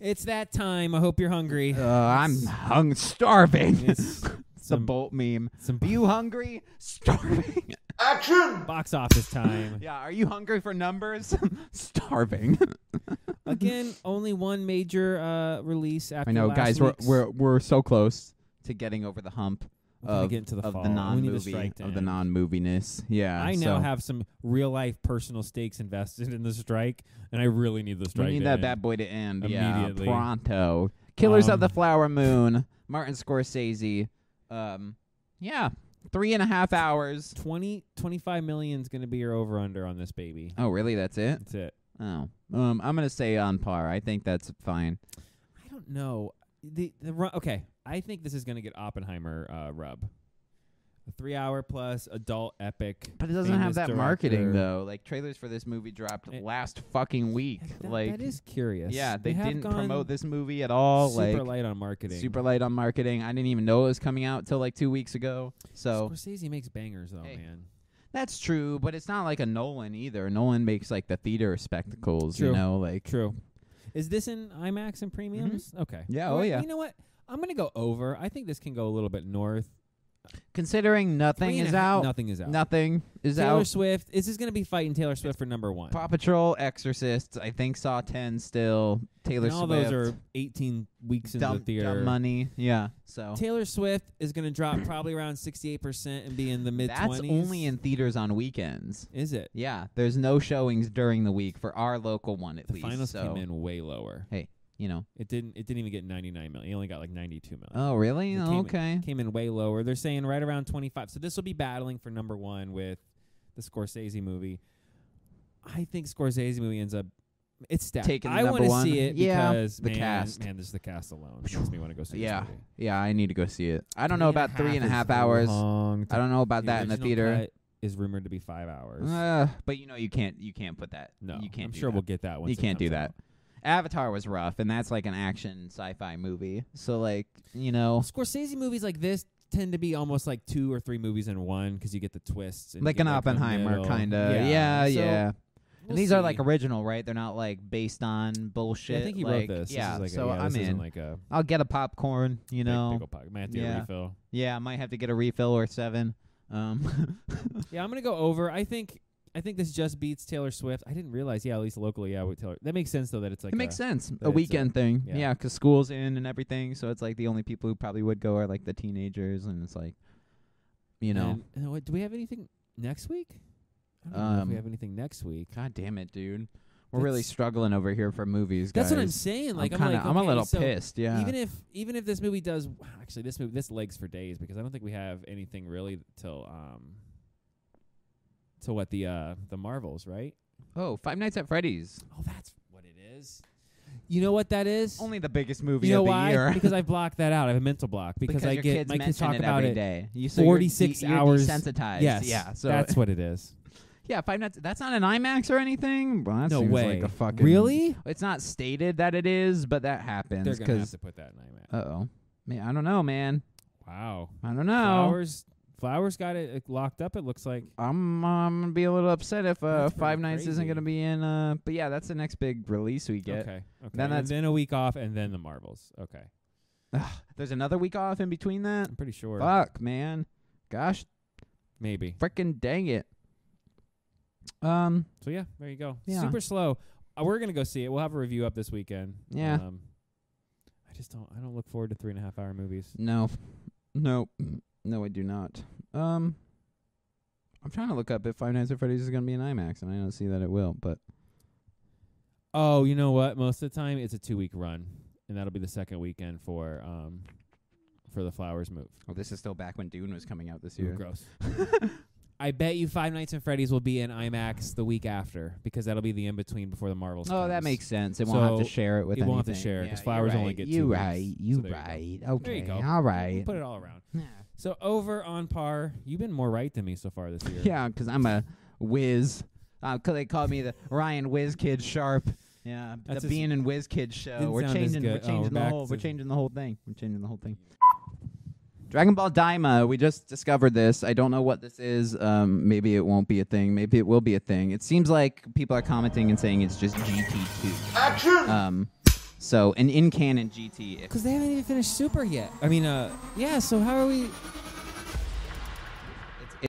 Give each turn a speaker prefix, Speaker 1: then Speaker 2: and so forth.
Speaker 1: It's that time. I hope you're hungry.
Speaker 2: Uh, I'm hung starving.
Speaker 1: It's
Speaker 2: It's a
Speaker 1: some,
Speaker 2: bolt meme.
Speaker 1: some
Speaker 2: Are you hungry? Starving.
Speaker 1: box office time.
Speaker 2: yeah, are you hungry for numbers? starving.
Speaker 1: Again, only one major uh, release after
Speaker 2: I know,
Speaker 1: last
Speaker 2: guys. We're,
Speaker 1: week's.
Speaker 2: we're we're so close to getting over the hump
Speaker 1: We're gonna
Speaker 2: of
Speaker 1: get into the
Speaker 2: of
Speaker 1: fall.
Speaker 2: the non
Speaker 1: we need to
Speaker 2: movie
Speaker 1: strike
Speaker 2: of the
Speaker 1: down.
Speaker 2: non moviness. Yeah,
Speaker 1: I now
Speaker 2: so
Speaker 1: have some real life personal stakes invested in the strike, and I really need the
Speaker 2: We
Speaker 1: strike.
Speaker 2: need
Speaker 1: to
Speaker 2: that
Speaker 1: end.
Speaker 2: bad boy to end. Yeah,
Speaker 1: Immediately.
Speaker 2: pronto. Killers of the
Speaker 1: Um,
Speaker 2: Flower Moon. Martin Scorsese. Um, yeah, three and a half hours.
Speaker 1: 20, 25 million is going to be your over under on this baby.
Speaker 2: Oh, really? That's it?
Speaker 1: That's it.
Speaker 2: Oh, um, I'm gonna say on par. I think that's fine.
Speaker 1: I don't know. The the ru- okay. I think this is going to get Oppenheimer uh, rub. A three hour plus adult epic.
Speaker 2: But it doesn't have
Speaker 1: famous
Speaker 2: that marketing
Speaker 1: director.
Speaker 2: though. Like trailers for this movie dropped
Speaker 1: It-
Speaker 2: last fucking week.
Speaker 1: Eh, That- that-
Speaker 2: like,
Speaker 1: that is curious.
Speaker 2: yeah, they,
Speaker 1: have
Speaker 2: didn't
Speaker 1: gone
Speaker 2: promote this movie at all.
Speaker 1: super
Speaker 2: like,
Speaker 1: light on marketing.
Speaker 2: super light on marketing. I didn't even know it was coming out till like two weeks ago. So
Speaker 1: Scorsese makes bangers though,
Speaker 2: Hey.
Speaker 1: man.
Speaker 2: that's true, but it's not like a Nolan either. Nolan makes like the theater spectacles, you
Speaker 1: True.
Speaker 2: know, like
Speaker 1: True. Is this in IMAX and premiums? Okay.
Speaker 2: Yeah,
Speaker 1: Well,
Speaker 2: oh, yeah.
Speaker 1: You know what? I'm gonna go over. I think this can go a little bit north.
Speaker 2: considering nothing
Speaker 1: Three and
Speaker 2: is
Speaker 1: a half-
Speaker 2: out,
Speaker 1: Nothing is out.
Speaker 2: nothing is
Speaker 1: Taylor
Speaker 2: out.
Speaker 1: Swift. Is this gonna be fighting Taylor Swift for number one?
Speaker 2: Paw Patrol, Exorcist, I think Saw 10 still, Taylor
Speaker 1: and all
Speaker 2: Swift.
Speaker 1: those are 18 weeks in
Speaker 2: dumb,
Speaker 1: the theater.
Speaker 2: dumb money. Yeah. So
Speaker 1: Taylor Swift is going to drop probably around 68% and be in the mid 20s.
Speaker 2: that's only in theaters on weekends.
Speaker 1: Is it?
Speaker 2: Yeah, there's no showings during the week for our local one at
Speaker 1: The
Speaker 2: least.
Speaker 1: finals
Speaker 2: so,
Speaker 1: came in way lower.
Speaker 2: you know.
Speaker 1: It didn't it didn't even get 99 million. It only got like 92 million.
Speaker 2: Oh, really?
Speaker 1: It
Speaker 2: Oh,
Speaker 1: uh, came in-
Speaker 2: okay.
Speaker 1: Came in way lower. They're saying right around 25. So this will be battling for number 1 with the Scorsese movie. I think Scorsese movie ends up it's stacked.
Speaker 2: Taking the
Speaker 1: I
Speaker 2: number
Speaker 1: wanna
Speaker 2: one.
Speaker 1: see it
Speaker 2: Yeah,
Speaker 1: because
Speaker 2: the
Speaker 1: man,
Speaker 2: cast.
Speaker 1: man, this the cast alone makes me want to go see
Speaker 2: Yeah.
Speaker 1: this movie.
Speaker 2: Yeah, I need to go see it. I don't know about three and a
Speaker 1: is
Speaker 2: half hours.
Speaker 1: long
Speaker 2: I don't know about that in the
Speaker 1: original
Speaker 2: theater.
Speaker 1: cut is rumored to be 5 hours.
Speaker 2: Uh, but you know you can't you can't put that.
Speaker 1: no.
Speaker 2: you can't.
Speaker 1: I'm
Speaker 2: do
Speaker 1: sure
Speaker 2: that.
Speaker 1: we'll get that one.
Speaker 2: You can't do that. Avatar was rough, and that's like an action sci-fi movie. So like you know,
Speaker 1: Scorsese movies like this tend to be almost like two or three movies in one because you get the twists. And you
Speaker 2: like
Speaker 1: get,
Speaker 2: an Oppenheimer
Speaker 1: like
Speaker 2: kind of.
Speaker 1: Yeah,
Speaker 2: Yeah, yeah.
Speaker 1: so
Speaker 2: and these are like original, right? They're not like based on bullshit.
Speaker 1: I think he
Speaker 2: like,
Speaker 1: wrote this.
Speaker 2: Yeah,
Speaker 1: this is like
Speaker 2: so
Speaker 1: a, yeah,
Speaker 2: I'm
Speaker 1: this isn't
Speaker 2: in.
Speaker 1: Like a
Speaker 2: I'll get a popcorn. You know,
Speaker 1: big, big old pocket. Might have to get a
Speaker 2: Yeah.
Speaker 1: refill.
Speaker 2: yeah, I might have to get a refill or seven. Um,
Speaker 1: Yeah, I'm gonna go over. I think I think this just beats Taylor Swift. I didn't realize. Yeah, at least locally, yeah, with Taylor. That makes sense though. That it's like
Speaker 2: it makes
Speaker 1: a,
Speaker 2: sense.
Speaker 1: it's
Speaker 2: A
Speaker 1: a-
Speaker 2: weekend thing.
Speaker 1: yeah.
Speaker 2: Yeah, 'cause school's in and everything. So it's like the only people who probably would go are like the teenagers. And it's like, you know.
Speaker 1: and- and what- do we have anything next week? I don't know if we
Speaker 2: Um,
Speaker 1: have anything next week.
Speaker 2: God damn it, dude. We're really
Speaker 1: That's-
Speaker 2: struggling over here for movies,
Speaker 1: That's
Speaker 2: guys.
Speaker 1: what I'm saying. Like
Speaker 2: kind
Speaker 1: like,
Speaker 2: I'm a
Speaker 1: okay,
Speaker 2: little
Speaker 1: so
Speaker 2: pissed, yeah.
Speaker 1: Even if even if this movie does actually this movie this legs for days because I don't think we have anything really till um till what the uh the Marvels right?
Speaker 2: oh, Five Nights at Freddy's.
Speaker 1: Oh, that's what it is. You know what that is?
Speaker 2: Only the biggest movie
Speaker 1: you know
Speaker 2: of the
Speaker 1: why?
Speaker 2: year.
Speaker 1: Because I blocked that out. I have a mental block because, I
Speaker 2: your
Speaker 1: get
Speaker 2: kids
Speaker 1: my kids
Speaker 2: mention
Speaker 1: talk
Speaker 2: it
Speaker 1: about
Speaker 2: every
Speaker 1: it.
Speaker 2: day. You, so you're
Speaker 1: 46
Speaker 2: de- you're
Speaker 1: hours.
Speaker 2: desensitized.
Speaker 1: Yes,
Speaker 2: Yeah. So
Speaker 1: that's what it is.
Speaker 2: yeah, Five Nights. That's not an IMAX or anything. Well, that
Speaker 1: no
Speaker 2: seems
Speaker 1: way.
Speaker 2: Like a fucking
Speaker 1: really?
Speaker 2: It's not stated that it is, but that happens
Speaker 1: They're gonna have
Speaker 2: because.
Speaker 1: to put that in IMAX.
Speaker 2: Uh oh. Man, I don't know, man.
Speaker 1: wow.
Speaker 2: I don't
Speaker 1: Oh.
Speaker 2: know.
Speaker 1: Flowers. Flowers got it uh, locked up. It looks like.
Speaker 2: I'm I'm gonna be a little upset if uh,
Speaker 1: That's pretty
Speaker 2: Five Nights isn't
Speaker 1: crazy.
Speaker 2: gonna be in. Uh, but yeah, that's the next big release we get.
Speaker 1: Okay. Okay.
Speaker 2: Then
Speaker 1: and
Speaker 2: that's-
Speaker 1: then a week off, and then the Marvels. Okay.
Speaker 2: There's another week off in between that.
Speaker 1: I'm pretty sure.
Speaker 2: Fuck, man. Gosh,
Speaker 1: Maybe.
Speaker 2: frickin' dang it. Um,
Speaker 1: So yeah, there you go.
Speaker 2: Yeah.
Speaker 1: Super slow. Uh, we're gonna go see it. We'll have a review up this weekend.
Speaker 2: Yeah.
Speaker 1: Um, I just don't. I don't look forward to three and a half hour movies.
Speaker 2: no, no, no, I do not. Um, I'm trying to look up if Five Nights at Freddy's is gonna be in IMAX, and I don't see that it will. But
Speaker 1: Oh, you know what? Most of the time, it's a two week run, and that'll be the second weekend for um for the Flowers move.
Speaker 2: oh, this is still back when Dune was coming out this
Speaker 1: Ooh, gross. I bet you Five Nights and Freddy's will be in IMAX the week after because that'll be the in between before the Marvels.
Speaker 2: Oh, that
Speaker 1: comes.
Speaker 2: makes sense. It won't have
Speaker 1: So,
Speaker 2: to share it with.
Speaker 1: it won't have to
Speaker 2: anything.
Speaker 1: share it,
Speaker 2: Yeah,
Speaker 1: 'cause
Speaker 2: you're
Speaker 1: Flowers only
Speaker 2: right.
Speaker 1: get two
Speaker 2: You
Speaker 1: weeks.
Speaker 2: right. You
Speaker 1: So there you go.
Speaker 2: right. Okay.
Speaker 1: There you go.
Speaker 2: All right.
Speaker 1: Put it all around.
Speaker 2: Yeah.
Speaker 1: So over on par. You've been more right than me so far this year.
Speaker 2: Yeah, 'cause I'm a whiz. Uh 'cause they called me the Ryan Whiz Kid Sharp. Yeah,
Speaker 1: That's
Speaker 2: the
Speaker 1: his-
Speaker 2: Bean and Whiz Kid show.
Speaker 1: didn't
Speaker 2: We're
Speaker 1: sound as
Speaker 2: changing. We're
Speaker 1: good. Oh, we're
Speaker 2: changing the
Speaker 1: back
Speaker 2: whole.
Speaker 1: to-
Speaker 2: We're changing the whole thing. We're changing the whole thing. Dragon Ball Daima. We just discovered this. I don't know what this is. Um, maybe it won't be a thing. Maybe it will be a thing. It seems like people are commenting and saying it's just GT2. Action. Um, So, and in canon GT, if
Speaker 1: Because they haven't even finished Super yet. I mean, uh, yeah. So how are we?